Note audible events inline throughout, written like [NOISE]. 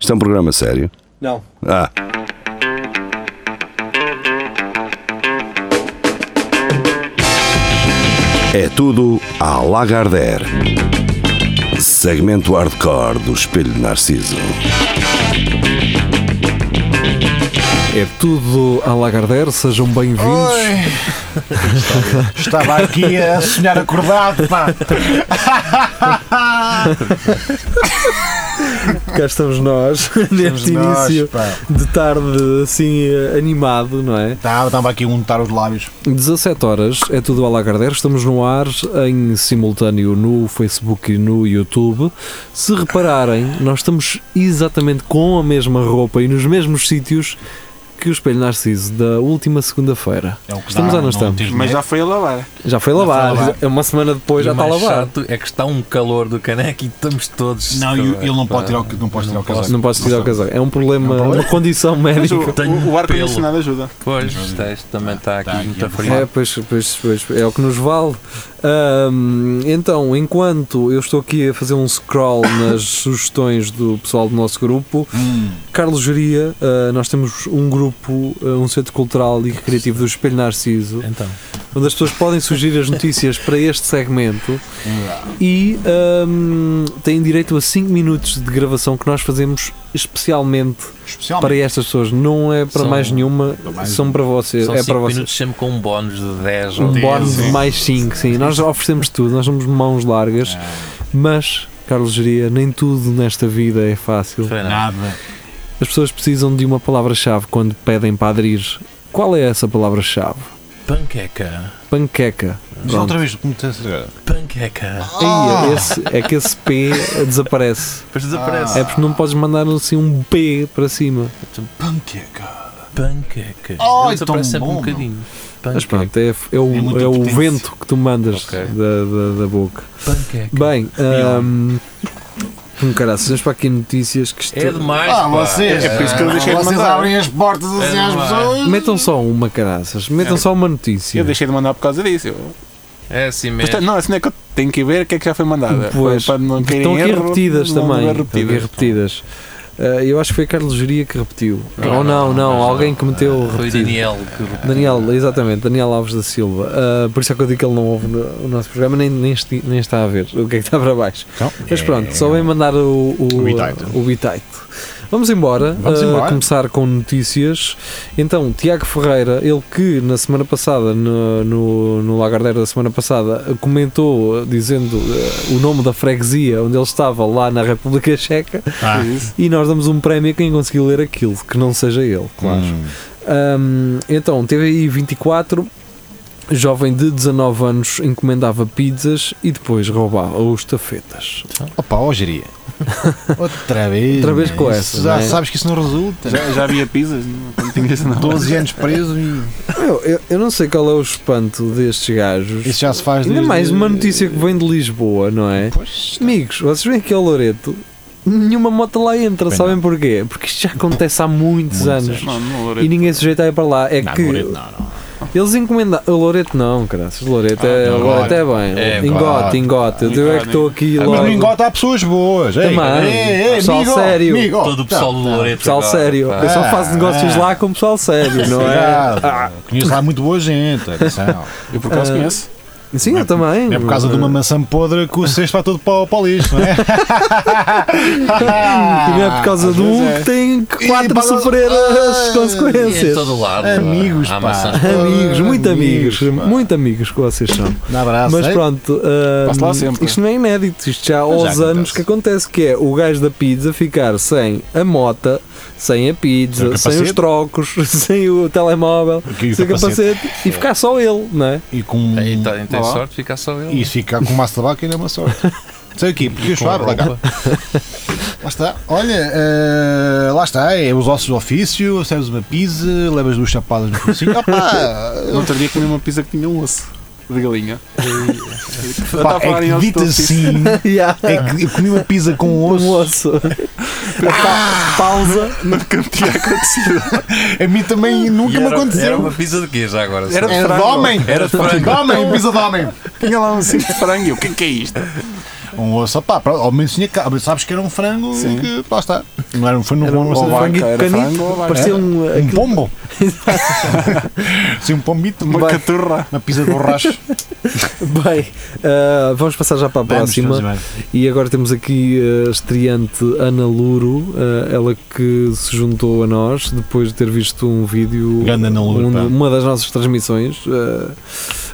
Isto é um programa sério. Não. Ah, é tudo à Lagardère. Segmento hardcore do Espelho de Narciso. É tudo à Lagardère, sejam bem-vindos. Estava aqui a sonhar acordado, pá. Cá estamos nós, [LAUGHS] neste nós, início pá. de tarde assim eh, animado, não é? Estava, estava aqui a untar os lábios. 17 horas, é tudo à Lagardère, estamos no ar em simultâneo no Facebook e no YouTube. Se repararem, nós estamos exatamente com a mesma roupa e nos mesmos sítios que o Espelho Narciso da última segunda-feira. É o que Estamos dá, ou não estamos? tens Mas dinheiro. já foi a lavar. Já foi foi lavar, lavar. é uma semana depois já E o está a mais lavar. chato é que está um calor do caneco e estamos todos. Não, eu- ele não pode tirar o, não pode tirar o casaco. Não posso tirar o casaco, é um problema, uma condição Mas o, médica. Tenho o- o ar pelo. condicionado ajuda. Pois, está- isto também está aqui Está Tá aqui muito a frio. É, pois, pois, pois, é o que nos vale. Ahm, então, enquanto eu estou aqui a fazer um scroll nas sugestões do pessoal do nosso grupo, Hum, Carlos Geria, ah, nós temos um grupo, ah, um centro cultural e recreativo do Espelho Narciso, Então, onde as pessoas podem sugerir as notícias para este segmento e ahm, têm direito a 5 minutos de gravação que nós fazemos especialmente para especialmente. estas pessoas. Não é para São- mais nenhuma, mais- são para vocês. são é 5 para vocês. minutos sempre com um bónus de 10 ou Um 10. bónus de mais 5, sim. Nós oferecemos tudo, nós somos mãos largas, mas, Carlos Geria, nem tudo nesta vida é fácil. Foi nada. Nada. As pessoas precisam de uma palavra-chave quando pedem para aderir. Qual é essa palavra-chave? Panqueca. Panqueca. Diz outra vez, como tens agora? Panqueca. Eia, esse- é que esse P desaparece. Depois desaparece. É porque não podes mandar assim um P para cima. Panqueca. Panqueca. Ai, Ele desaparece tão sempre bom, um bocadinho. É- Mas Panqueca. pronto, é, é É o, muito é o potente. vento que tu mandas Ok. da- da- da boca. Panqueca. Bem, um, caraças, vamos para aqui notícias que isto... É demais. Ah, pá. vocês. É por isso que eu ah, deixei de vocês mandar. abrem as portas assim É às demais. pessoas. Metam só uma, caraças. Metam É. só uma notícia. Eu deixei de mandar por causa disso. Eu- É assim tá Portanto, mesmo. não, assim é que eu tenho que ver o que é que já foi mandada. Pois. Para não terem Estão aqui erro, repetidas não também. haver Estão aqui repetidas. repetidas. Ah, eu acho que foi Carlos Geria que repetiu. Não, Ou não, não, não, não, Ah, alguém que meteu Foi o repetido. Daniel que Daniel, exatamente, Daniel Alves da Silva. Ah, por isso é que eu digo que ele não ouve no- o nosso programa, nem, nem, esti- nem está a ver o que é que está para baixo. Então, Mas pronto, só vem mandar o, o, O bitite. o bitite. Vamos embora, Vamos ah, embora. começar com notícias. Então, Tiago Ferreira, ele que na semana passada, no, no, no Lagardeiro da semana passada, comentou ah, dizendo ah, o nome da freguesia onde ele estava lá na República Checa Ah, e nós damos um prémio a quem conseguiu ler aquilo, que não seja ele, claro. hum, Hum, então, TVI 24, jovem de 19 anos, encomendava pizzas e depois roubava os tafetas. Opa, [LAUGHS] ó, geria. Outra vez. Outra vez né? com Isso essa, Já não é? sabes que isso não resulta. Já, já havia pizzas? Não não tinha isso não. 12 anos preso e. Eu, eu- eu não sei qual é o espanto destes gajos. Isso já se faz Ainda desde- mais uma notícia que vem de Lisboa, não é? Pois. tá. Amigos, vocês veem aqui ao Loreto, nenhuma moto lá entra, Bem, sabem porquê? Porque isto já acontece há muitos, Muitos anos. anos. Não, não E Loureiro. ninguém sujeita aí para lá. É Não, que Loreto, não, não. eles encomendaram. O Loreto não, graças. Loreto é, Ah, não, Loreto é bem. É, engote, claro. engote. Eu é que estou aqui Ah, logo. Mas no Ingote há pessoas boas. Ei, Também. ei, ei, Pessoal amigo, sério. amigo. Todo o pessoal do Tá, tá. Loreto. Pessoal agora, sério. pá. Eu só faço negócios Ah. lá com pessoal sério, não é? Cuidado. Conheço lá muito boa gente. Atenção. Eu por acaso Ah. conheço. Sim, eu também. Não é por causa de uma maçã podre que o cesto vai todo para, o- para o lixo, não é? E [LAUGHS] Ah, não é por causa de um que tem que quatro a para- Ah, sofrer as É consequências. todo lado. Amigos, Há pá. maçãs. Amigos, Ah, muito amigos, pá. muito amigos que vocês são. Um abraço. Mas hein? pronto, hum, Passo lá sempre. isto não é inédito, isto já há Mas já aos anos acontece. que acontece, que é o gajo da pizza ficar sem a mota, sem a Sem o pizza, sem capacete. os trocos, [LAUGHS] sem o telemóvel, E o é sem o capacete e ficar só ele, não [LAUGHS] é? E com. Aí tá. tem, tem Olá. sorte, fica só ele. E se ficar com massa de tabaco ainda é [LAUGHS] uma sorte. Sei aqui, porque eu Com a choro, lá, cá. roupa. Lá está. Olha, eh, lá está, é os ossos do ofício, recebes uma pizza, levas duas chapadas no [LAUGHS] focinho. No Opa! outro dia comi uma pizza que tinha um osso de galinha. Eu estava a Pá, é falar em que osso de dito osso. assim, Yeah. é que eu comi uma pizza com Um osso. osso. Pa- Pausa. Nunca me tinha acontecido. A mim também nunca E me era- Era aconteceu. uma pizza de quê já agora? Era- Só? Era de homem! Era de frango. de homem, pizza de homem! Tinha lá um cinto de frango. e eu, O que é que é isto? Um osso, pá, pronto, ao menos tinha cá, sabes que era um frango Sim. e que lá está. Não era, foi no [LAUGHS] Era um bom- osso de bom- frango e era canito, frango, ou vaca. Parecia Era um. É. um aquilo- pombo. Sim, um pombito, Bem, uma, cat- caturra. uma pizza de borracha. [LAUGHS] Bem, ah, vamos passar já para a Vamos, próxima. vamos, vamos. E agora temos aqui a estreante Ana Luro, eh, ela que se juntou a nós depois de ter visto um vídeo, Grande Ana Luro, um- pá. uma das nossas transmissões. eh,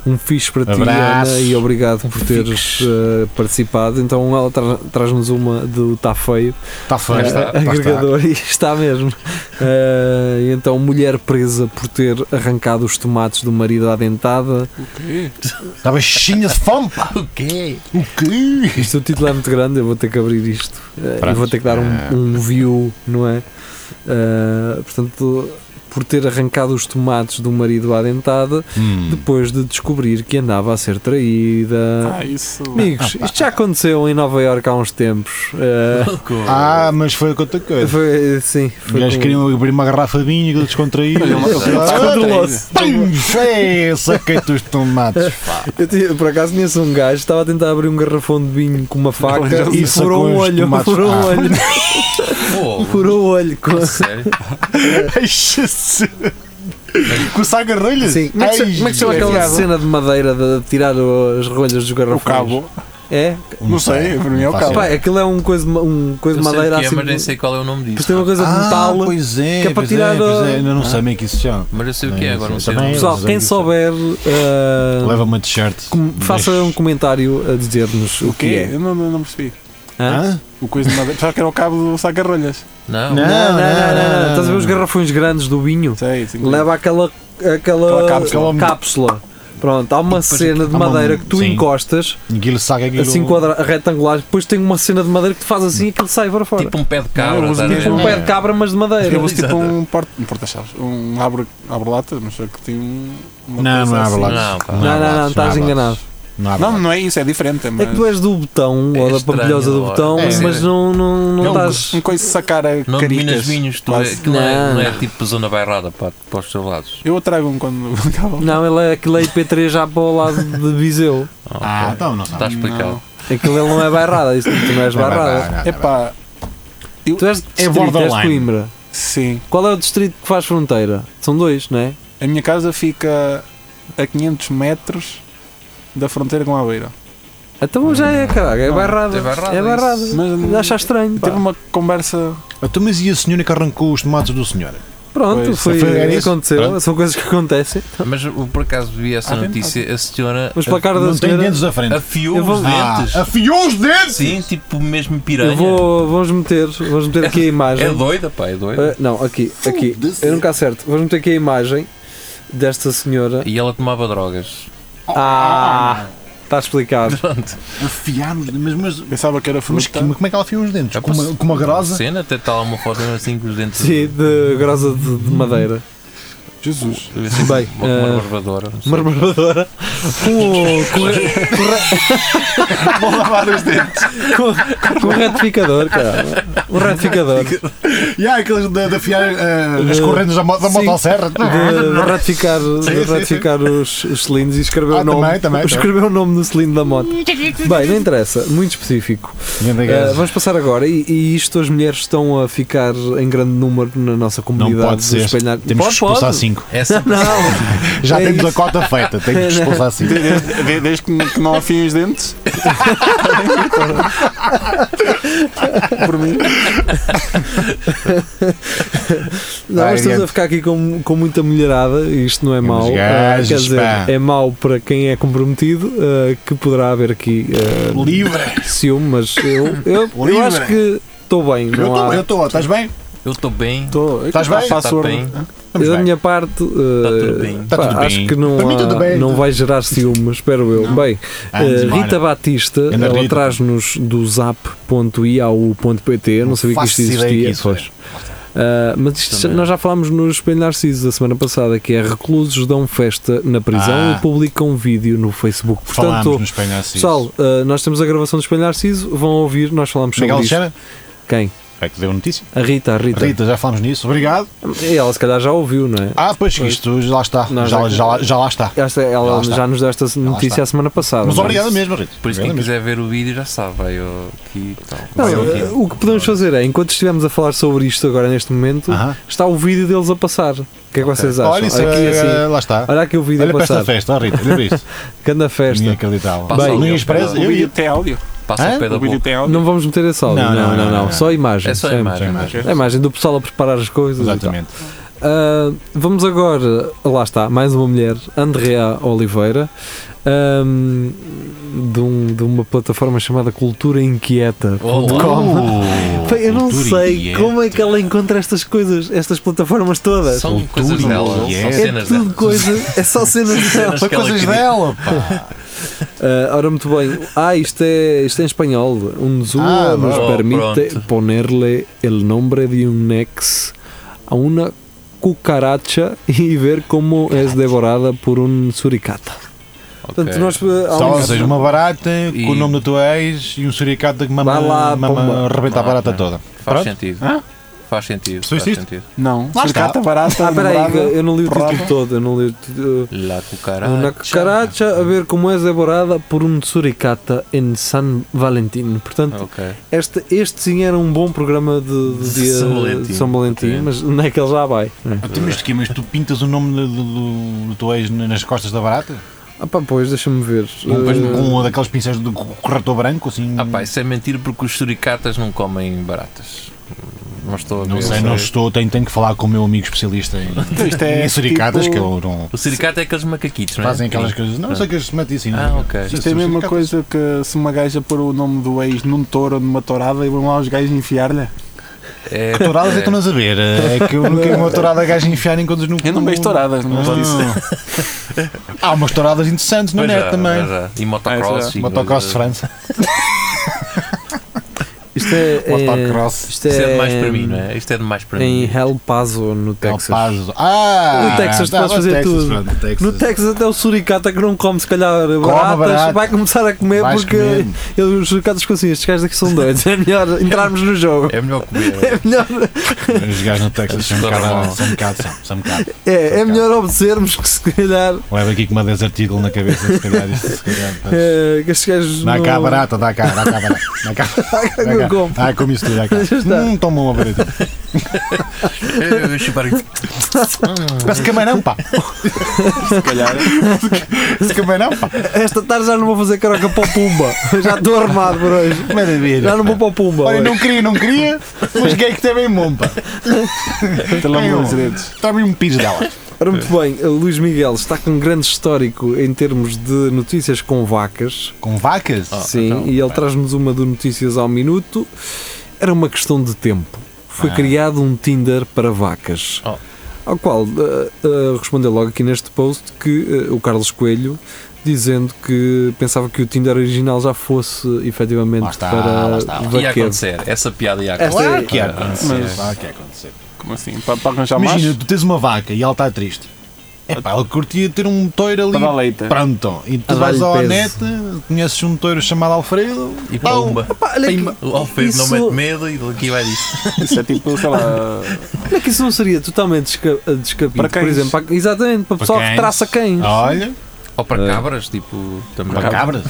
um fixe para ti, Abraço. Um Ana, e obrigado por teres eh, participado. Então ela tra- traz-nos uma do Tá Feio, Está feio, eh, está. está, está. agregador, [LAUGHS] e está mesmo. Eh, então, mulher presa por ter arrancado os tomates do marido à dentada. Estava cheia de fome, pá. O quê? O quê? Isto o título é muito grande, eu vou ter que abrir isto. Eh, Eu vou ter que dar É. um, um view, não é? Eh, portanto, por ter arrancado os tomates do marido à dentada, depois de descobrir que andava a ser traída. Ah, isso. Amigos, isto já aconteceu em Nova Iorque há uns tempos. Eh, Ah, mas foi outra coisa. foi, sim, Os foi gajos com- é queriam abrir uma garrafa de vinho, aquilo descontraído. um "Ah, Descontrolou-se. Pum! Saquei-te os tomates. Eu tinha- por acaso conheço um gajo, estava a tentar abrir um garrafão de vinho com uma faca já e sacou furou um os olho, tomates. furou um Ah. olho, [LAUGHS] Fogo. furou o olho. com- Sério? Ai, Jesus. Com saca-rolhas? Sim, como é que se- como é que se chama aquela cena de madeira de tirar o- as rolhas dos O garrafões? cabo. É? Não sei, para mim é o faço cabo. Pá, aquilo é um coisa, de ma- um coisa Eu de sei o madeira que é, assim. mas nem sei qual é o nome Depois disso. tem uma coisa de metal. Ah, pois que é, é para pois tirar é, pois a- é. Ainda não sei bem que isso se chama. Mas eu sei o que é, Não, agora não não sei. sei também. Pessoal, Eles quem aí, souber, ah, Leva uma t-shirt. com- faça um comentário a dizer-nos o O que quê? é. Eu não, não, não percebi. um Hã? Hã? O coisa de madeira. Pensava que era o cabo do saca-rolhas. Não. Não. Não, não, não, não, não. Estás a ver os garrafões grandes do vinho? Sei, sim. Leva aquela, aquela Aquela cápsula. cápsula. Pronto, há uma cena de há uma- madeira que tu sim. encostas, Aquilo saca aquilo. assim quadra, retangular, depois tem uma cena de madeira que tu faz assim e aquilo sai para fora. Tipo um pé de cabra. Não, estás a tipo ver? Um é. pé de cabra, mas de madeira. Eu uso tipo Exato. um porta- um porta-chaves. Um abre- abre-lata, mas só que tem um. uma Não, coisa não é assim. abre-latas. Não, pá. Não, não, não, há estás latas, há enganado. latas. Não, há Não, latas. não é isso, é diferente. É mas que tu és do botão, É ou da estranho, pampilhosa do ó. botão, É, mas sim. não, não, não É um- estás. Um coisa de sacar a Não dominas caricas. vinhos, tu é, Quase. aquilo é, Não. não é tipo zona bairrada pá, para os teus lados. Eu trago um quando [LAUGHS] acaba. Não, ele é aquele é IP3 já para o lado de Viseu. Ah, então não Está sabe. explicado. Aquilo ele não é bairrada, isso tu não és bairrada. É pá, Tu és de É distrito, és de borderline. Coimbra. sim. Qual é o distrito que faz fronteira? São dois, não é? A minha casa fica a 500 metros da fronteira com a Beira. Então já é, caralho, é Não, bairrada. é bairrada, É bairrada. isso. Mas- Achas estranho. Tipo, pá. Teve uma conversa. Então, mas e a senhora que arrancou os tomates do senhor? Pronto, Pois, foi, foi- era isso. aconteceu. Pronto. São coisas que acontecem. Mas eu, por acaso vi essa Ah, bem, notícia, a senhora Mas placar da Não tem senhora. dentes à frente. afiou Eu vou- os Ah, dentes. afiou os dentes! Sim, tipo mesmo piranha. Eu vou, vamos meter, vamos meter aqui a imagem. É doida, pá, é doida. Ah, não, aqui, aqui. Eu nunca acerto. Vamos meter aqui a imagem desta senhora. E ela tomava drogas. Ah! Está explicado. Pronto. Afiar os dentes. Mas, mas, Pensava que era mas fruta. que- como é que ela afiou os dentes? Já Com uma, passou- com uma grosa? Cena, até está lá uma foto assim com os dentes. Sim, de grosa de, de madeira. Jesus. assim, Bem, uma, uma ah, barbadora. não sei. [LAUGHS] Marmadora. Com, o- com, re- Vou lavar os dentes. com, com o retificador, cara. O retificador. [LAUGHS] E há aqueles de, de afiar eh, as correntes da, mo- da Sim. motosserra. De ratificar, de sim, sim. ratificar os, os cilindros e escrever Ah, o nome. também, também, escrever o nome no cilindro da moto. Bem, não interessa, muito específico. Ganda Uh, gaja. vamos passar agora, e, e isto as mulheres estão a ficar em grande número na nossa comunidade. Não pode do ser. espelhar- Temos que Pode, pode. expulsar cinco. [LAUGHS] É sempre Não, Já É temos isso. a cota feita, tem que expulsar cinco. Desde, desde- desde que, que não afiem os dentes. Por mim. não Vai, mas estamos adiante. a ficar aqui com, com muita mulherada e isto não é mau. Uh, gajos, quer dizer, pá. é mau para quem é comprometido, uh, que poderá haver aqui uh, [LAUGHS] Livre! ciúme, mas eu, eu, eu Livre. acho que estou bem. Eu Não estou, há- é eu estou, estás bem? Eu estou bem. Tô, Estás bem? Faço Está a Tá bem. ordem. Estamos Eu, da bem. minha parte, tudo eh, bem. Tá pá, tudo bem. acho que não, Para mim há- tudo bem. não vai gerar ciúmes, espero eu. Bem, Ah, eh, desmara. Rita Batista, Anda, ela Rita. traz-nos do zap.iau.pt, não sabia que isto faço ideia existia. que isso é. pois. Ah, mas isto já- nós já falámos no Espelho Narciso da semana passada que é reclusos dão festa na prisão Ah. e publicam um vídeo no Facebook. Falámos Portanto, ah, no Espanhol assim. pessoal, eh, nós temos a gravação do Espelho Narciso, vão ouvir, nós falámos sobre Miguel isto. Alexandre? Quem? É que deu notícia. A Rita, a Rita. Rita, já falamos nisso. Obrigado. E Ela se calhar já ouviu, não é? Ah, pois isto já lá está. Não, já, já- já lá- já lá está. Esta, ela Já já, lá está. nos deu esta está. notícia a semana passada. Mas não é? obrigado mesmo, Rita. Por isso, Obrigado quem mesmo. quiser ver o vídeo já sabe. Vai eu aqui e tal. Não, Vai eu eh, aqui. o que podemos fazer é, enquanto estivemos a falar sobre isto agora neste momento, Aham. está o vídeo deles a passar. O que é que vocês acham? Olha, isso aqui, é, assim, lá está. olha aqui o vídeo Olha a para esta passar. festa, ó Rita, olha para isto. Grande festa. Ninguém acreditava. Passa Bem, ali, Luís ó, Perez, pera O eu vídeo ia. tem áudio. Passa Hã? o pé da O vídeo boca. tem áudio. Não vamos meter esse áudio. Não, não, não. Só imagens. É só a só imagem. Só a mas- imagem. A imagem do pessoal a preparar as coisas. e tal. Exatamente. Ah, vamos agora, lá está, mais uma mulher, Andrea Oliveira, ahm, de, um- de uma plataforma chamada Cultura Inquieta. Oh, [LAUGHS] Pá, eu não Cultura sei Inquieta. como é que ela encontra estas coisas, estas plataformas todas. São coisas Cultura dela, e são é- é cenas tudo dela. coisa, é só [LAUGHS] cenas dela. Cenas Foi que ela é coisas queria. dela, pá. Ah, ora, muito bem. Ah, isto é, isto é em espanhol. Um zoo Ah, nos bom, permite pronto. ponerle el nombre de un ex a una cucaracha y ver cómo es devorada por un suricata. Portanto, Ok. nós, ah, há Só, ou uns- seja, uma barata E- com o nome da tua ex e um suricata que mama, Vai lá, mama pomba. arrebenta a Ah, barata ok. toda. Faz Pronto. sentido. Hã? Faz sentido. Sou Faz isto? sentido. Não. Lá está. Suricata, barata, Ah, peraí, namorada. eu não li o título porrada. todo. Eu não li o título. La cucaracha. Una cucaracha a ver como és devorada por um suricata em San Valentín. Portanto, Ok. Hum. este, este sim era um bom programa de, de De dia São Valentim. de São Valentim, Ok. mas onde é que ele já vai? não é? Então, mas, aqui, mas tu pintas o nome do, do, do teu ex nas costas da barata? Ah pá, pois, deixa-me ver. Com, Eh, com um daqueles pincéis do corretor branco, assim. Ah pá, isso é mentira porque os suricatas não comem baratas. Não estou a não ver. é. sei, não estou, tenho, tenho que falar com o meu amigo especialista em, Então, Isto é em suricatas, tipo- que eu não. O suricata é aqueles macaquitos, não é? Fazem aquelas coisas. Não, Ah. sei que eles se metem assim. Ah, ok. Isto é a mesma coisa que se uma gaja pôr o nome do ex num touro ou numa tourada e vão lá os gajos enfiar-lhe. É, Touradas é que é, tu não a ver. É que eu nunca vi uma tourada gajo enfiar em coisas no Eu não vejo touradas, não gosto disso. Ah. [LAUGHS] Há umas touradas interessantes na pois net já, é também. É, pois já. E é? Pois motocross. e- Motocross de França. Isto é. é- Motocross. Isto Isto é demais para mim, não é? Isto é demais para Em mim. El Paso, no Texas. El Paso. Ah! No Texas tu tá, podes no fazer Texas, tudo. pronto, no Texas. No Texas até o suricata que não come se calhar baratas barata. vai começar a comer Vais porque comer. eles- os suricatas ficam assim, estes gajos aqui são doidos, é melhor entrarmos no jogo. É melhor É comer. melhor, Os gajos no Texas são um bocado. Escorregam. São um bocado. são- São um bocado. é, é melhor obedecermos que se calhar, Leva aqui com uma desartigo na cabeça, se calhar. Isto, se calhar pois. eh, que estes gajos Dá não- cá a barata, dá cá, dá cá a barata. Dá cá, [LAUGHS] não como. dá cá. Ah, como isso tudo, dá cá. Já está. Hum, tão bom a barata. Eu chupar Parece é camarão, pá. [LAUGHS] Se calhar. Parece camarão, pá. [LAUGHS] Esta tarde já não vou fazer caroca para o Pumba, já estou armado por hoje. Maravilha. Já não vou para o Pumba. Olha, hoje. não queria, não queria, mas gay que também bom, pá. Pelo amor Ai, dos eu- dedos. Toma-me um piso dela. Ora, muito É. bem, o Luís Miguel está com um grande histórico em termos de notícias com vacas. Com vacas? Ah. Sim, e é. ele traz-nos uma de notícias ao minuto. Era uma questão de tempo. Foi Ah. criado um Tinder para vacas. Oh. Ao qual eh, eh, respondeu logo aqui neste post que eh, o Carlos Coelho dizendo que pensava que o Tinder original já fosse efetivamente Lá está, para lá está, lá está. Ia vaqueiros. acontecer. Essa piada ia Esta acontecer. Claro que ia Ah, acontecer. mas- Claro que ia acontecer. Como assim? Para, para arranjar mais? Imagina, tu tens uma vaca e ela está triste. É pá, ela curtia ter um toiro Para dar ali. leite. Pronto, e tu A vais dar-lhe à peso. net, conheces um toiro chamado Alfredo E pomba. Pá, olha, que, O oh, Alfredo não Isso- mete medo e daqui vai disto. Isso é tipo, sei lá. [LAUGHS] olha é que isso não seria totalmente desca- descabido, Para por cães. exemplo, para- exatamente, para o pessoal que cães. traça cães. Olha, Ou para É. cabras, tipo. Também uma cabra.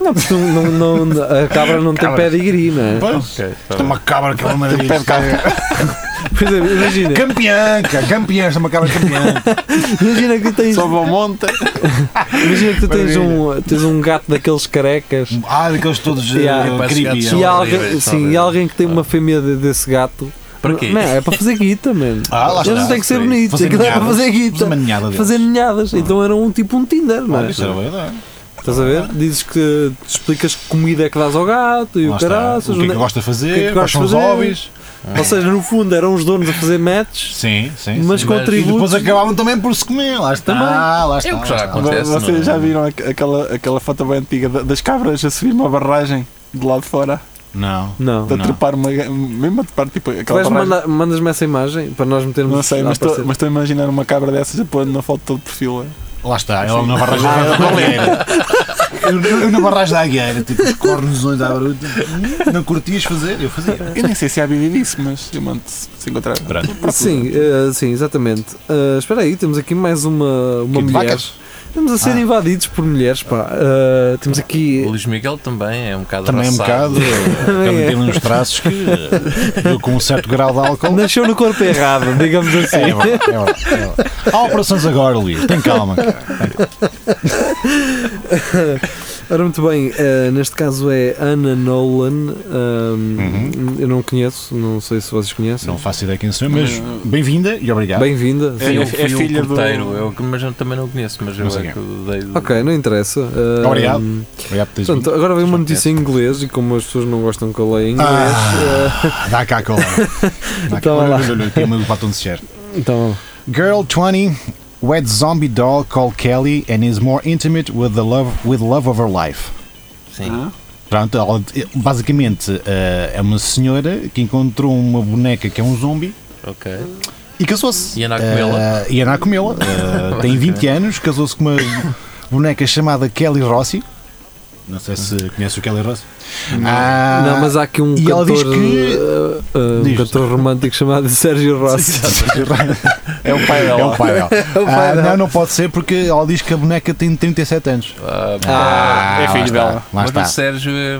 Não, porque tu não, não- a cabra não tem Cabras. pedigree, não é? Pois, Ok, tá Isto é bem. uma cabra que é uma maravilha. Tem um pé de Por exemplo, é, imagina, Campeã, ca- campeã, esta é uma cabra campeã. imagina que tens Só vou ao monte. Imagina que tu tens um, tens um gato daqueles carecas Ah, daqueles todos eh, Yeah. Parece creepy. gatos. eh. e São alguém, horríveis, são sim, e horríveis. alguém que tem Ah. uma fêmea de- desse gato. Para quê? Não, é para fazer guita, mano. Ah, lá está. Eles não têm que ser Fazer bonitos, aquilo é para ninhadas. fazer Fazer uma guita. ninhada deles. Fazer ninhadas. Então era um tipo um Tinder, não Ah, é? isso era verdade. Estás a ver? Dizes que te explicas que comida é que dás ao gato e Lá o está. caraças. o que é onde que é- gosta de fazer, o que é que quais gosta são os de fazer? hobbies. Ou seja, no fundo eram os donos a fazer matches, Sim, sim. mas sim. com Mas- E depois atributos. acabavam também por se comer, lá está. Também. Lá está É o que já lá está. acontece. não é? Vocês já viram aqu- aquela, aquela foto bem antiga da- das cabras a subir uma barragem de lado de fora? Não. Não. De a Não. trepar uma. ga- Mesmo a trepar, tipo, Tu aquela vais tá barragem. mandar- Mandas-me essa imagem para nós metermos. Não sei, a mas estou aparecer. mas estou a imaginar uma cabra dessas a pôr na foto de perfil. Lá está, ela na barragem da baleia. Ah, [LAUGHS] Eu, eu na barragem da águia era tipo os cornosões à barulho. Hum, Não curtias fazer? Eu fazia. Eu nem sei se há vídeo disso, mas eu mando se se encontrar. Sim, eh, sim, exatamente. Eh, espera aí, temos aqui mais uma, uma mulher. Estamos a ser Ah. invadidos por mulheres, pá. Eh, temos O aqui. Luís Miguel também é um bocado Também é um raçado. [LAUGHS] bocado. Também é. teve uns traços que. Eu com um certo grau de álcool. Nasceu no corpo errado, [LAUGHS] digamos assim. É, verdade, é, verdade, é verdade. Há operações agora, Luís. Tem calma, cara. Ora, muito bem, eh, neste caso é Ana Nolan. ahm, Eu não conheço, não sei se vocês conhecem. Uhum. Não faço ideia quem sou, mas bem-vinda e obrigado. Bem-vinda. Sim, É- eu é fui o filha do- porteiro, eu, mas eu também não conheço, mas eu Não sei é que quem dei. Ok, não interessa. Ahm, Obrigado. obrigado por teres Portanto, vindo. agora vem uma notícia em inglês e como as pessoas não gostam que eu leia em inglês. Ah, dá cá [LAUGHS] a cola. Dá cá. Então, Olha, lá. olha, olha, tem uma do batom de certo. eh, Então, Girl 20 wed zombie doll called Kelly and is more intimate with the love with love of her life. Sim. Ah, Pronto, ela- basicamente eh, é uma senhora que encontrou uma boneca que é um zombie Ok. e casou-se. E anda a comê-la. Eh, e anda a comê-la. Eh, tem 20 anos, casou-se com uma boneca chamada Kelly Rossi. Não sei se conhece o Kelly Rossi. Ah, não, mas há aqui um e ela cantor, diz que- eh, eh, um Diz. cantor romântico chamado [LAUGHS] Sérgio Rossi. É o pai dela. É o pai o dela. pai Ah, dela. Não, não pode ser porque ela diz que a boneca tem 37 anos. Ah, Ah, é filho lá está, dela. Lá mas está. o Sérgio é.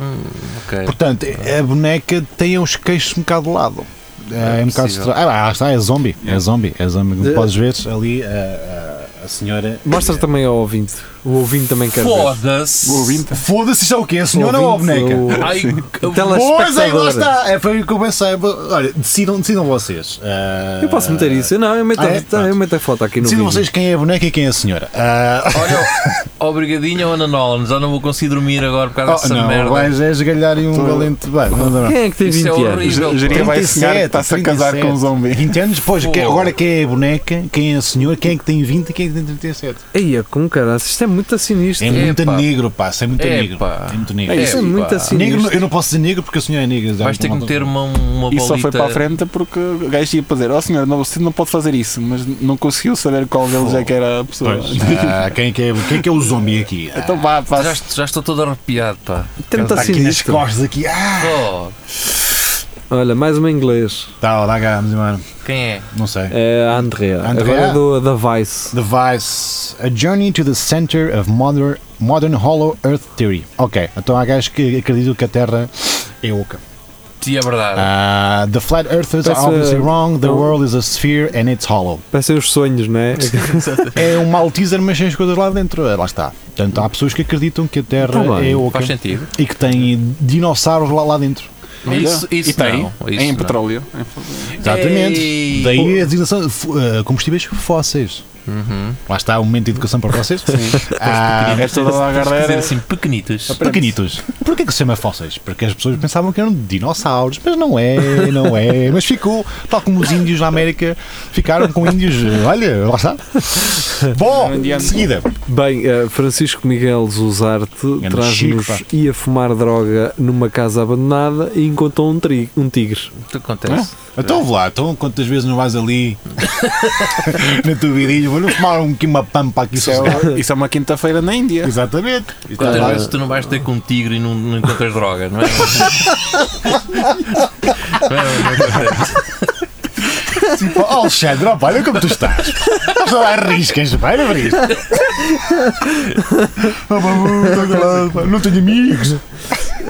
Ok. Portanto, a boneca tem os queixos um bocado de lado. É, É um bocado possível. estra- ah, lá está, é zombie. É zombie, é zombie. Como Eh, podes ver ali a, a- a senhora. Mostra também ao ouvinte. O ouvinte também quer ver. Foda-se! O ouvinte. Foda-se, isto é o quê? A senhora ou a Ouvinte, boneca? o- Ai, que- Telespectador. Pois aí, lá está. É, foi o que eu pensei. Olha, decidam, decidam vocês. Ah, Eu posso meter isso? Eu Não, eu meto, Ah, é? tá, eu meto a foto aqui no Decidam vídeo. vocês quem é a boneca e quem é a senhora. Ah, Olha, obrigadinho, Ana Nolan, já não vou conseguir dormir agora por causa oh, dessa não, merda. vais é esgalhar um valente. Vai, não, não, não. Quem é que tem Isso 20 é anos? horrível. Jeria vai sonhar um que está-se a casar com um zombie. 20 anos? Pois, Pô. que- agora quem é a boneca, quem é a senhora, quem é que tem 20 e quem é que tem 37? Eia, como caralho, isto é muito sinistro. É muito Epá. negro, pá, isso é muito Epá. negro. É muito negro. É, Isto é pá. muito Negro, sinistro. eu não posso dizer negro porque a senhora é negra. já Vais ter que me meter uma, uma E só foi bolita- para a frente porque o gajo ia para dizer: Oh senhor, não, você não pode fazer isso, mas não conseguiu saber qual deles é que era a pessoa. Pois. Ah, quem, é que é, quem é que é o zombie aqui? Ah, Então vá, Já, pá. est- já estou todo arrepiado, pá. Tem muito está Tá aqui nas sinistro. costas aqui. Ah, Oh, Olha, mais uma em inglês. tá, dá cá, vamos embora. quem é? Não sei. É a Andrea. Andrea? Agora é do, da Vice. The Vice, A Journey to the Center of Modern, modern Hollow Earth Theory. Ok, então há gajos que acreditam que a Terra é oca. Ti é verdade. Ah, the Flat Earthers are Parece- uh, obviously wrong, the não. world is a sphere and it's hollow. Parecem os sonhos, não [LAUGHS] é? É um malteaser, mas sem as coisas lá dentro. Ah, Lá está. Portanto, há pessoas que acreditam que a Terra Tá bem, é oca Faz sentido. e que tem dinossauros lá, lá dentro. Olha. Isso, isso e tem. não, isso em não. Ah, petróleo. Exatamente. Ei! Daí a designação de fu- ah, combustíveis fósseis. Uhum. Lá está o momento de educação para vocês. Ah, É toda a Tens que dizer lagardeira. assim, pequenitas. Pequenitos. Porquê que se chama fósseis? Porque as pessoas pensavam que eram dinossauros, mas não é, não é. Mas ficou, tal como os índios na América ficaram com índios. eh, Olha, lá está. Bom, de seguida. Bem, eh, Francisco Miguel Zuzarte Grande traz-nos Chico, ia fumar droga numa casa abandonada e encontrou um, tri- um tigre. O que acontece? Então vou lá, então quantas vezes não vais ali na tua vidinha? Vou-lhe fumar um, uma pampa aqui Isso só. é, isso é uma quinta-feira na Índia. Exatamente. E estás Quantas lá. vezes tu não vais ter com um tigre e não, não encontras droga, não é? Não é? não acontece. Tipo, oh, Alexandre, opa, olha como tu estás. Estás lá arriscas, pá, olha para isto. Ah, pá, estou calado, pá, Não tenho amigos.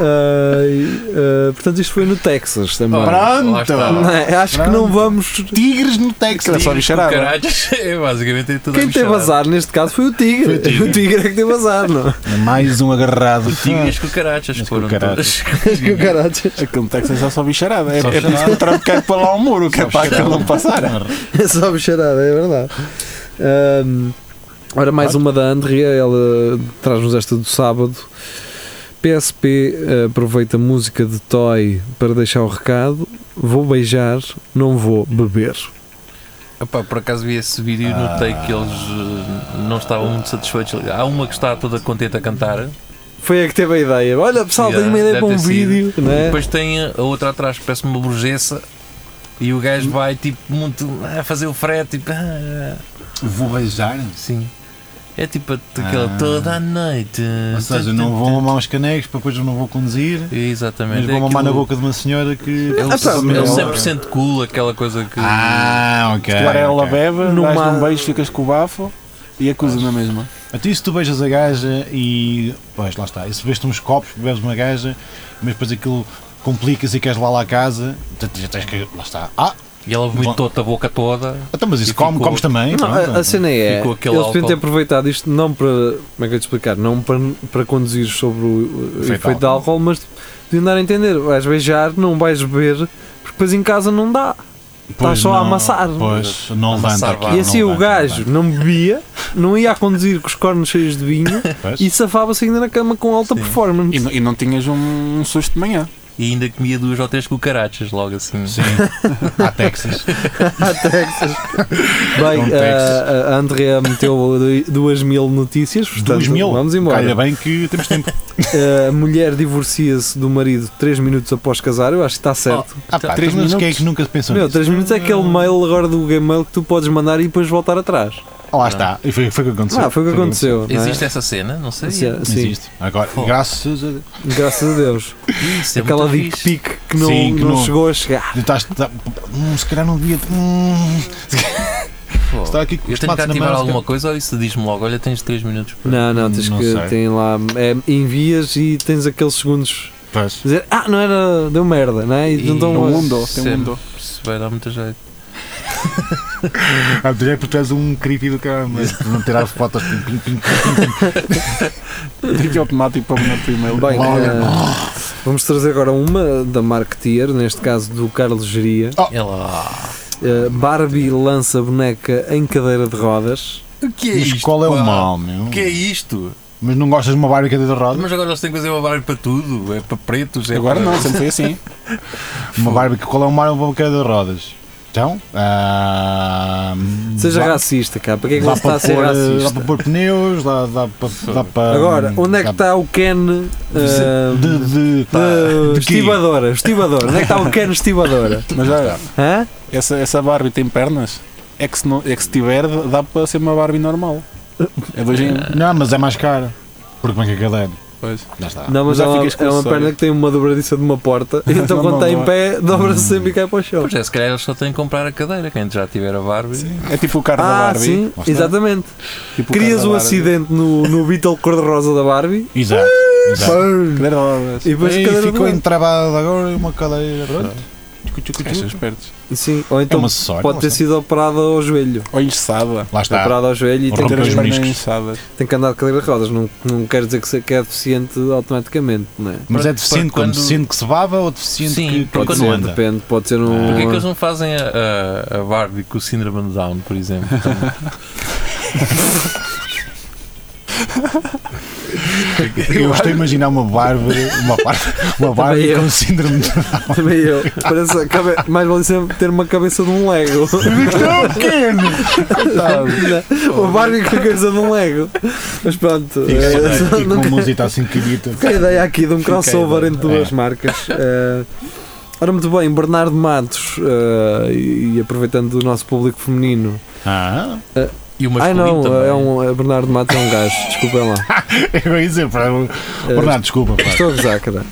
Ai, eh, portanto, isto foi no Texas também. Ora. Lá Pronto. está. Não é? Acho que não vamos. Tigres no Texas. Era É só Tigres com bicharada. caralhos, [LAUGHS] é basicamente é tudo a Quem teve bicharada. azar neste caso foi o tigre. Foi o tigre. [LAUGHS] O tigre é que teve azar, não? Mais um agarrado. Tigres com carachas Mas foram cucarachas. todas. que o caralho. Aquilo no Texas é só bicharada. É, é Só por isso que o Trump quer pôr lá um muro, que é para aquilo não passar. É [LAUGHS] só bicharada, é verdade. Ahm, ora, mais uma da Andrea, ela traz-nos esta do sábado. PSP eh, aproveita a música de Toy para deixar o recado. Vou beijar, não vou beber. Epá, por acaso vi esse vídeo e Ah. notei que eles eh, não estavam muito satisfeitos. Há uma que está toda contente a cantar. Foi a que teve a ideia. Olha, pessoal, Yeah, tenho uma ideia deve para um ter sido. vídeo. Né? Depois tem a outra atrás que parece uma burguesa e o gajo vai tipo muito a fazer o frete, tipo, ah, Vou beijar. sim. É tipo aquela toda a noite. Ah. Ou seja, não vou mamar uns canecos, para depois eu não vou conduzir, mas é Exatamente. É vou mamar na aquilo- boca de uma senhora que. um É o, Ah, sabe, é não. o 100% cool, aquela coisa que. Ah, ok. Se calhar é ela ok. bebe, Numa- dás-lhe um beijo, ficas com o bafo e acusa na mesma. Até isso tu beijas a gaja e. Pois lá está. E se bebes uns copos, bebes uma gaja, mas depois aquilo complicas e queres lá lá a casa, portanto, já tens que. Lá está. Ah, E ela vomitou-te a boca toda. então, mas isso E come, ficou- comes também. Não, pronto. a, a cena é. Ficou Eles aquele deviam ter álcool. aproveitado isto não para. Como é que eu te explicar? Não para, para conduzir sobre o, o Efeito efeito de álcool, mas deviam dar a entender. Vais beijar, não vais beber, porque depois em casa não dá. estás Pois é tá só a amassar. Pois, não levanta Amassar aqui. barro. e não assim não o levanta, gajo não não bebia, não ia a conduzir com os cornos cheios de vinho levanta. [LAUGHS] Pois. e safava-se ainda na cama com alta Sim. performance. [LAUGHS] E, não- e não tinhas um, um susto de manhã. E ainda comia duas ou três cucarachas logo assim. Sim, há [LAUGHS] Texas. [LAUGHS] Bem, eh, Não a, a Andrea meteu du- duas mil notícias, portanto, 2 mil. vamos embora. Eh, Calha bem que temos tempo. A mulher divorcia-se do marido 3 minutos após casar, eu acho que está certo. Ah, pá, Três três minutos. minutos. Quem é que nunca pensou Meu, nisso? 3 minutos é aquele mail agora do Gmail que tu podes mandar e depois voltar atrás. Oh, Lá está. E foi, foi o que aconteceu. Oh. Ah, foi o que aconteceu. não é? Existe essa cena? Não sei. Sim, Sim, Existe. Agora, graças a Deus. graças a Deus. Isso é Aquela muito dick fixe. pic que não, Sim, que não não- chegou a chegar. Tu estás- tá- hum, se calhar não devia. Hum, Pô, está aqui com Eu os tenho que tomates na ativar mão. alguma coisa ou isso diz-me logo? Olha, tens três minutos. para- Não, não, tens Não que. sei. Tem lá. é, envias e tens aqueles segundos. Pois. Dizer, ah, não era. Deu merda, não é? E, E- então, Tem um Mas- mundo, tem um Sempre. mundo. Isso vai dar muito jeito. Ah, tu é porque tu és um creepy do caramba. Por não tirar fotos. Pim, pim, pim, pim, pim. Fica automático para mandar o teu e-mail. Bem, Logo. ah. eh, vamos trazer agora uma da Marketeer, neste caso do Carlos Geria. É lá. Eh, Barbie lança boneca em cadeira de rodas. O que é Mas isto? qual é o pá? mal, meu? O que é isto? Mas não gostas de uma barrica de rodas? Mas agora eles têm que fazer uma barba para tudo. É para pretos. É Agora para... não, sempre foi assim. Uma barbica, qual é o mar uma cadeira de rodas? Então? ah, Seja dá- racista, cá. Para que é que dá ele está para a ser pôr, eh, Dá racista? para pôr pneus, dá, dá para. Dá para hum, Agora, onde é que dá- está o Ken. eh, De, de, de- de quê? estibadora, estibadora. Onde é que está o Ken [LAUGHS] estibadora? Mas olha, Hã? essa, essa Barbie tem pernas? É que se, não, é que se tiver, dá para ser uma Barbie normal. É dois em um. Não, mas é mais caro. Porque como é que é cadeira? Pois. Já está. Não, mas Já é uma, ficas com é uma o sonho. perna que tem uma dobradiça de uma [LAUGHS] porta. e Então, Não, quando não, está em é. não. pé, dobra-se Hum. sempre e cai para o chão. Pois é, se calhar eles só têm que comprar a cadeira. Quem já tiver a Barbie. É tipo o carro da Ah, Barbie. sim, Lá está. exatamente. Tipo o Crias carro um da Barbie. acidente no, no Beetle cor-de-rosa da Barbie. Exato. exato. Pum! Cadeira de rodas. E depois E cada ficou entravado agora e uma cadeira. Pronto. Caixas perto. Sim, ou É então um acessório. pode lá ter está. sido operada ao joelho. Ou enxada. Lá está. Operada ao joelho e Ou tem, Ter Rompe as os pernas meniscos. enxadas. tem que andar de cadeira de rodas. Não, não quer dizer que, se- que é deficiente automaticamente, não é? Mas Para- é deficiente para como? quando- Deficiente que se bava ou deficiente Sim, que, que para quando não anda. anda? Ah. Depende, pode ser um. Porquê é que eles não fazem a, a- a Barbie com o síndrome de Down, por exemplo? Eu estou a imaginar uma barba, uma barba, uma barba Também eu. com síndrome de Também [LAUGHS] eu. Parece, a cabe- mais vale sempre ter uma cabeça de um Lego. é Não, o Barbie com a cabeça de um Lego. Mas pronto. E eh, com- só e com não- uma música assim querida. Fica a ideia aqui de um crossover entre duas É. marcas. Eh, ora, muito bem, Bernardo Matos, eh, e, e aproveitando do nosso público feminino. Ah, E o [LAUGHS] Ai masculino não, também. é um, é Bernardo Matos é um gajo, desculpem lá. eu ia dizer, pá, o- Eh, Bernardo, desculpa, pá. Estou a gozar, cara.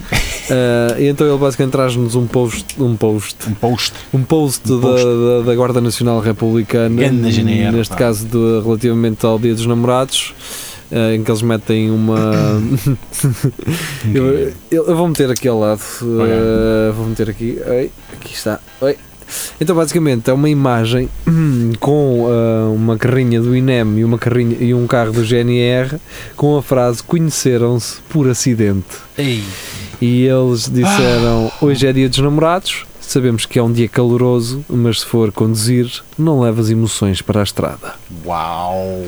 Eh, e então ele basicamente traz-nos um post, um post, um Um post. post, Um post. Da, da- da Guarda Nacional Republicana, Ganda janeiro, neste pá. caso de- relativamente ao Dia dos Namorados, eh, em que eles metem uma. [COUGHS] Eu, eu- eu vou meter aqui ao lado. eh, vou meter aqui. Ai, aqui está. Ai. Então, basicamente, é uma imagem [CLEARS THROAT] com eh, uma carrinha do INEM e, uma carrinha, e um carro do GNR com a frase: Conheceram-se por acidente. Ei, E eles disseram: Hoje é dia dos namorados. Sabemos que é um dia caloroso, mas se for conduzir, não levas emoções para a estrada. Uau!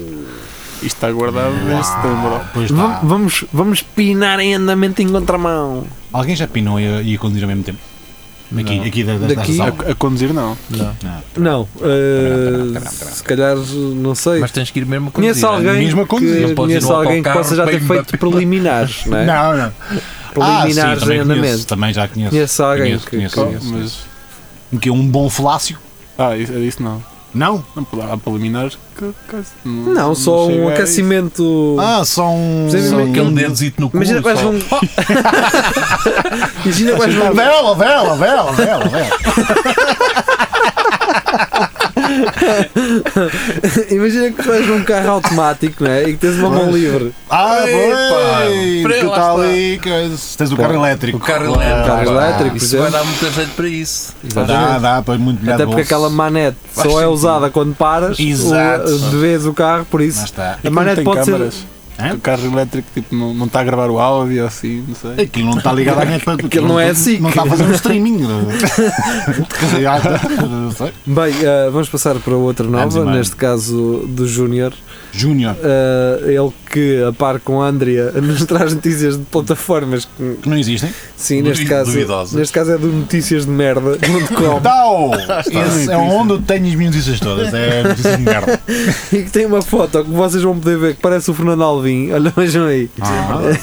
Isto está guardado desde setembro. Uau, Pois Va- está. Vamos, vamos pinar em andamento em contramão. tá. Alguém já pinou e a, e a conduzir ao mesmo tempo? Aqui, aqui da, desta Daqui? sala? A, a conduzir não. Não, eh, se calhar, não sei. mas tens que ir mesmo a Conheço conduzir, não é? alguém, mesmo a conduzir. que, Não podes ir conheço no alguém que autocarro possa já ter bem- feito preliminares, não é? Não, não. Ah, sim, Preliminares em também conheço, andamento. também já conheço. Conheço alguém Conheço, que- conheço, que- Oh, conheço. mas. Um que é um bom falácio? Ah, isso, isso não. Não? Não, há preliminares que quase não- Não, só chega um a isso. aquecimento. Ah, só um. Sim, Só Imagina- aquele dedozito no cu. Imagina um que vais só. num. [LAUGHS] Imagina que vais num. Vela, vela, vela, vela, vela. Imagina que vais num carro automático, não é? E que tens uma mão livre. Ah, Epá, boi! para Que está lá está. ali. que- é Tens o carro elétrico. O carro Claro. elétrico. Carro pá. elétrico, por Isso vai exemplo. dar muito jeito para isso. Dá, é? Exatamente. dá, põe muito melhor Até porque aquela manete só é usada quando paras, Exato. ou, uh, vês o carro, por Lá isso. está. A Aquilo manete tem pode câmaras. ser. Hã? O carro elétrico tipo, não, não está a gravar o áudio assim, não sei. Aquilo não está ligado à net para Aquilo não é assim. Não está a fazer um streaming. Quer dizer, ah, não sei. Bem, uh, vamos passar para outra Vamos nova, embora. neste caso do Júnior. Júnior, Uh, ele que, a par com a Andrea, nos traz notícias de plataformas que que não existem. Sim, Duvi- neste caso, duvidosas. neste caso é do notícias de [LAUGHS] merda.com Tau! Esse é onde eu tenho as minhas notícias todas. É notícias de merda. e que tem uma foto que vocês vão poder ver que parece o Fernando Alvim. Olha, [LAUGHS] vejam aí.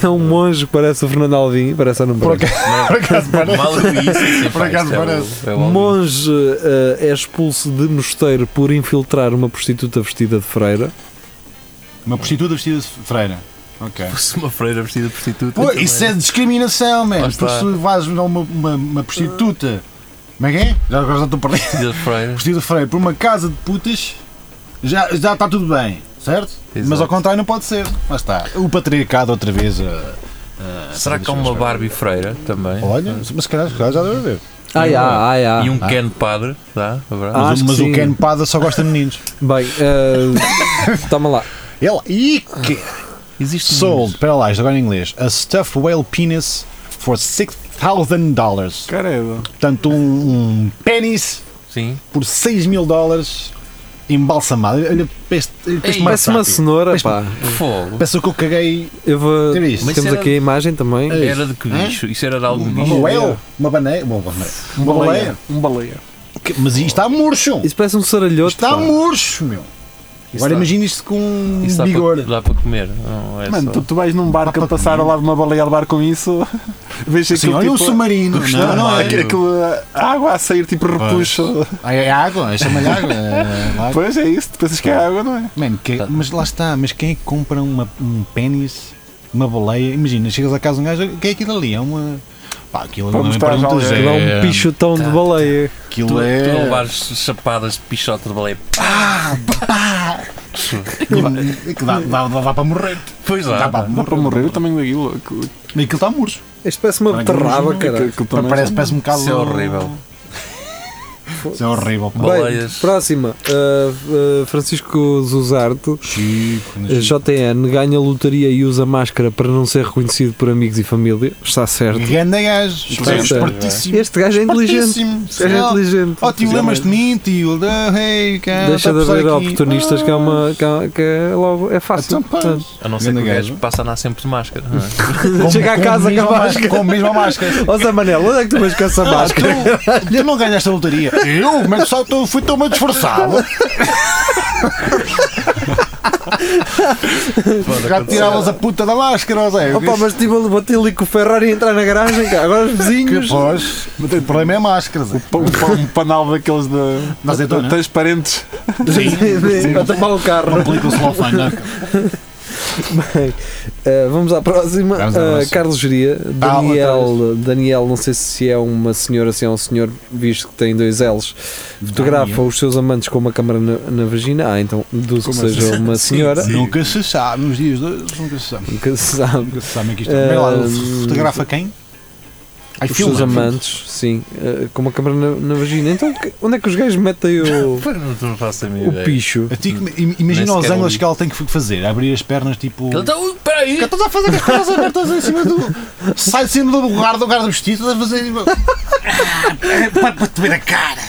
É um monge que parece o Fernando Alvim. Parece ou não Por parece? acaso, por acaso parece. Mal eu vi isso. assim, Por pá, acaso isto é o- parece. é o óbvio. Monge eh, é expulso de mosteiro por infiltrar uma prostituta vestida de freira. Uma prostituta vestida de freira. Ok. Se uma freira vestida de prostituta. Pô, também. isso é discriminação, man. Lá Porque está. se vais dar uma, uma, uma prostituta. Como é que é? Já agora já estou perdido. [LAUGHS] Vestida de freira. Vestido de freio por uma casa de putas, já, já está tudo bem, certo? Exato. Mas ao contrário não pode ser. Mas está. O patriarcado outra vez. ah, ah, Será que há deixa-me uma ver. Barbie freira também? Olha, mas se calhar, se calhar já deve haver. Ai, ah, ai, ah. E um Ken padre, dá? Haverá? Ah, Mas, acho o- que mas o sim. Ken Pada só gosta de meninos. Bem, [LAUGHS] eh, toma lá. Ele. Ih, que. Existe um- Sold, espera lá, isto agora em inglês. A stuffed whale penis for 6,000 dólares. Caramba. Portanto, um, um pênis Sim. por 6 mil dólares embalsamado. Olha, para este, olha para este Ei, Parece uma marsúpio. cenoura, Mas- pá. Fogo. Pensa que eu caguei Eu vou. Era isto. Temos Mas era- aqui a imagem também. Ei. Era de que Hã? é bicho? Isso era de algum Uma bicho? baleia? Uma baleia? Uma baleia. Uma baleia. Um baleia. Que- Mas isto está murcho. Isto Isso parece um saralhoto. está pá. murcho, meu. Agora dá- imagina isto com Isso dá vigor. para, dá para comer. Não, é Mano, só... tu, tu vais num barco a passar ao lado de uma baleia a levar com isso, [LAUGHS] vejo Sim, aquilo olha um tipo... submarino. Não, não, é é- aqu- aquilo, a água a sair tipo repuxa. É água, é [LAUGHS] chama-lhe água. é lá. Pois é isso, tu pensas que é água, não é? Man, que- mas lá está, mas quem é que compra uma- um pênis, uma baleia? Imagina, chegas a casa de um gajo, o que é aquilo ali? É uma. Pá, aquilo Para não é mostrar para às muitas alguém. Dá um é- pichotão de baleia. Tu, Aquilo tu a é. levares chapadas de pichote de baleia. que Dá, dá, dá, dá para morrer. Pois Dá lá. para Dá morrer. para morrer o tamanho daquilo. Aquilo, E aquilo está murcho. Isto parece uma Frango beterraba, original, caralho. aquilo também- Parece, parece um bocado. Isso é horrível. Isso é horrível. pá. Bem, Baleias. próxima. Uh, uh, Francisco Zuzarto, é Chico, uh, JN, ganha lotaria e usa máscara para não ser reconhecido por amigos e família. Está certo. Grande gajo. é é um Sim, sim. Espertíssimo. Este gajo é inteligente. Espertíssimo. Este gajo é inteligente. Oh, tio, lembras de mim, tio? Ah, Hey, cara, Deixa de tá a haver passar aqui. Ah. oportunistas que é uma. que é- que é logo. é fácil. Então, pá. Portanto, A não ser que o Ganda gajo gajo. passa a andar sempre de máscara. não é? Com- Chega a com casa com a mesma máscara. Com a mesma máscara. Ó Zé Manel, onde é que tu vais com essa máscara? Ah, tu, tu não ganhaste a lotaria. Então Eu? é Mas só tu, fui tão bem disfarçado. Já te tiravas a puta da máscara, ó Zé. Opa, mas tive a bater ali com o Ferrari e entrar na garagem, cara. Agora os Que vizinhos. [LAUGHS] voz. O problema é a máscara, Zé. Pa- Um, pa- um panal daqueles de, Da azeitona. transparentes. [LAUGHS] Para tapar o carro. Complica o celofane, não é? Bem, eh, vamos à próxima. Vamos à Eh, próxima. Tá, Carlos Geria, Daniel, Daniel, não sei se é uma senhora, se é um senhor, visto que tem dois L's, fotografa Daniel. os seus amantes com uma câmara na, na vagina. Ah, então deduzo que Como assim? seja uma senhora. Nunca se sabe, nos dias de hoje nunca se sabe. Nunca se sabe. Nunca se sabe que isto Eh, é. Bem lá, fotografa quem? Ai, Os filma. seus amantes, sim, eh, com uma câmara na, na vagina. Então, que- onde é que os gajos metem [LAUGHS] o, Pois não, não faço a minha o ideia. picho? A ti que- im- Imagina Nem os sequer ângulos um. ouvi. que ela tem que fazer. Abrir as pernas tipo. tá Ele está. Ui, peraí! estás a fazer com as pernas abertas em cima do. Sai de cima do lugar do cara do vestido, estás a fazer. Para Ah, te ver a cara!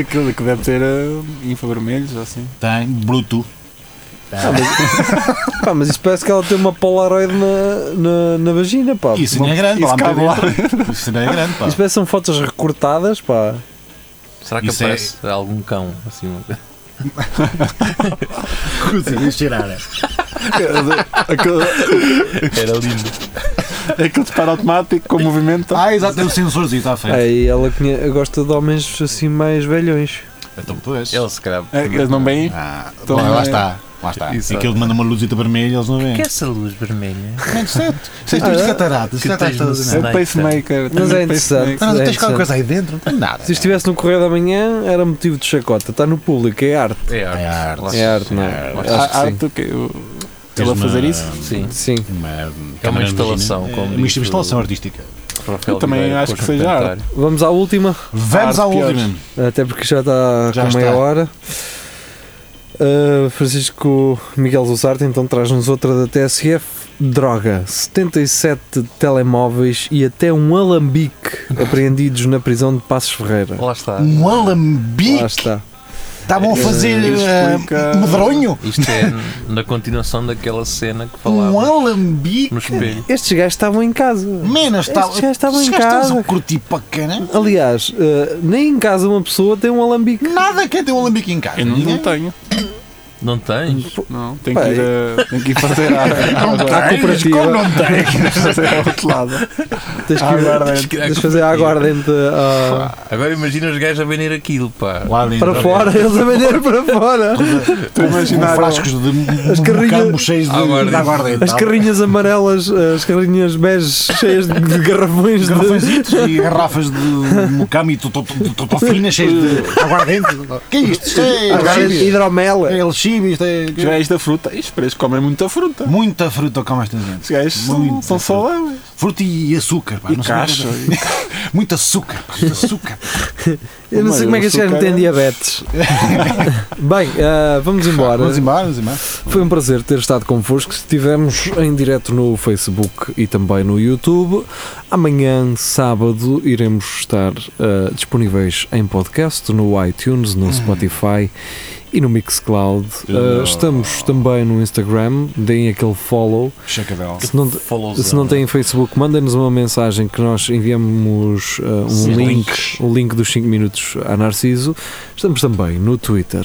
Aquilo que deve ter ah, infravermelhos, assim. Tem, bruto. Pá, mas isso parece que ela tem uma Polaroid na, na, na vagina, pá. Isso não é grande, isso lá cabe lá. dentro. Isso não é grande, pá. Isso parece que são fotos recortadas, pá. Será que Isso é- aparece algum cão? Assim, uma- Coisa de cheirar. Aquele- Era lindo. É aquele disparo automático com movimento. Ah, exato, tem um sensorzinho à É. frente. Aí ela conhe- gosta de homens assim mais velhões. Então, pois. Ele se calhar. É, Eles não bem. Ah, Então, bom, lá é- está. Lá está. Exato. Aquilo que manda uma luzita vermelha, eles não que é veem. essa luz vermelha? certo. Vocês Ah, têm de cataratas, Que cataratas tens no todas, não é? É Snake, pacemaker. Mas é interessante. Ah, não, É tens qualquer interessante. coisa aí dentro? Não tem nada. Se estivesse no Correio da Manhã, era motivo de chacota. Está no público, é arte. É É arte. arte. É arte, não é? arte. Acho que A sim. arte, o quê? O- Tens Ele a fazer uma- isso? Sim. Sim. Uma, É uma câmara instalação, imagina- como é diz Uma instalação o- artística. Rafael Eu também Oliveira, acho que conjunto seja dentário. Vamos à última, Vamos Arte à piores. última. até porque já está Já com meia está. hora. Uh, Francisco Miguel Zuzarte então traz-nos outra da TSF. Droga, 77 telemóveis e até um [LAUGHS] alambique apreendidos na prisão de Passos Ferreira. Lá está. Hum. Um Ah, Lá alambique. está. É, Estavam a fazer Eh, eh, explica- medronho. Isto é n- na continuação daquela cena que Um falava alambique. no espelho. Estes gajos estavam em casa. Menos Estes tal. já estavam em Estes gajos estão-se casa. a curtir para caramba. Aliás, uh, nem em casa uma pessoa tem um alambique. Nada quer ter um alambique em casa. Eu não, ninguém. não tenho. Não tens? Não, tenho que, Bem. ir a, tenho que ir fazer [LAUGHS] a água. Há cooperativa. Como não tem? [LAUGHS] Tenho que ir fazer ao outro lado. Tens que Água ardente. tens que- tens de fazer água ardente ah, Agora imagina os gajos a vender aquilo, pá. Lá dentro. para fora, [LAUGHS] eles a vender para fora. Estou a Com imaginar. frascos de As um carrinhas- bocado cheios de Aguardente. de tá? aguardente. As carrinhas amarelas, as carrinhas beges cheias de [LAUGHS] garrafões de. Garrafões e garrafas de mucama e totofinas [LAUGHS] cheias de aguardente. que é isto? Isto Agora, é hidromela. é elxivo, isto é... Os gajos da fruta. Isto parece que comem muita fruta. Muita fruta como esta gente. Os gajos são, Muita são saudáveis. Fruta e açúcar, pá. E não sei mais caixa. nada. [LAUGHS] Muito açúcar, pá. Muito açúcar. Eu não sei como é que estes gajos não têm Açúcar. diabetes. [LAUGHS] Bem, ah, vamos embora. Vamos embora, vamos embora. Foi um prazer ter estado convosco. Estivemos em direto no Facebook e também no YouTube. Amanhã, sábado, iremos estar ah, disponíveis em podcast, no iTunes, no Spotify e no Mixcloud. Ah, estamos também no Instagram. Deem aquele follow. Chacavel. Se não, Follows se né? não têm Facebook, mandem-nos uma mensagem que nós enviamos ah, um Sim, link, links. o link dos 5 minutos a Narciso. Estamos também no Twitter.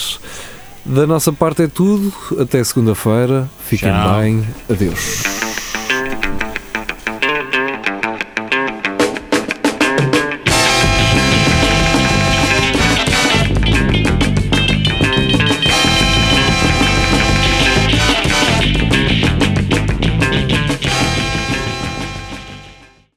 Da nossa parte é tudo. Até segunda-feira. Fiquem Tchau. bem. Adeus.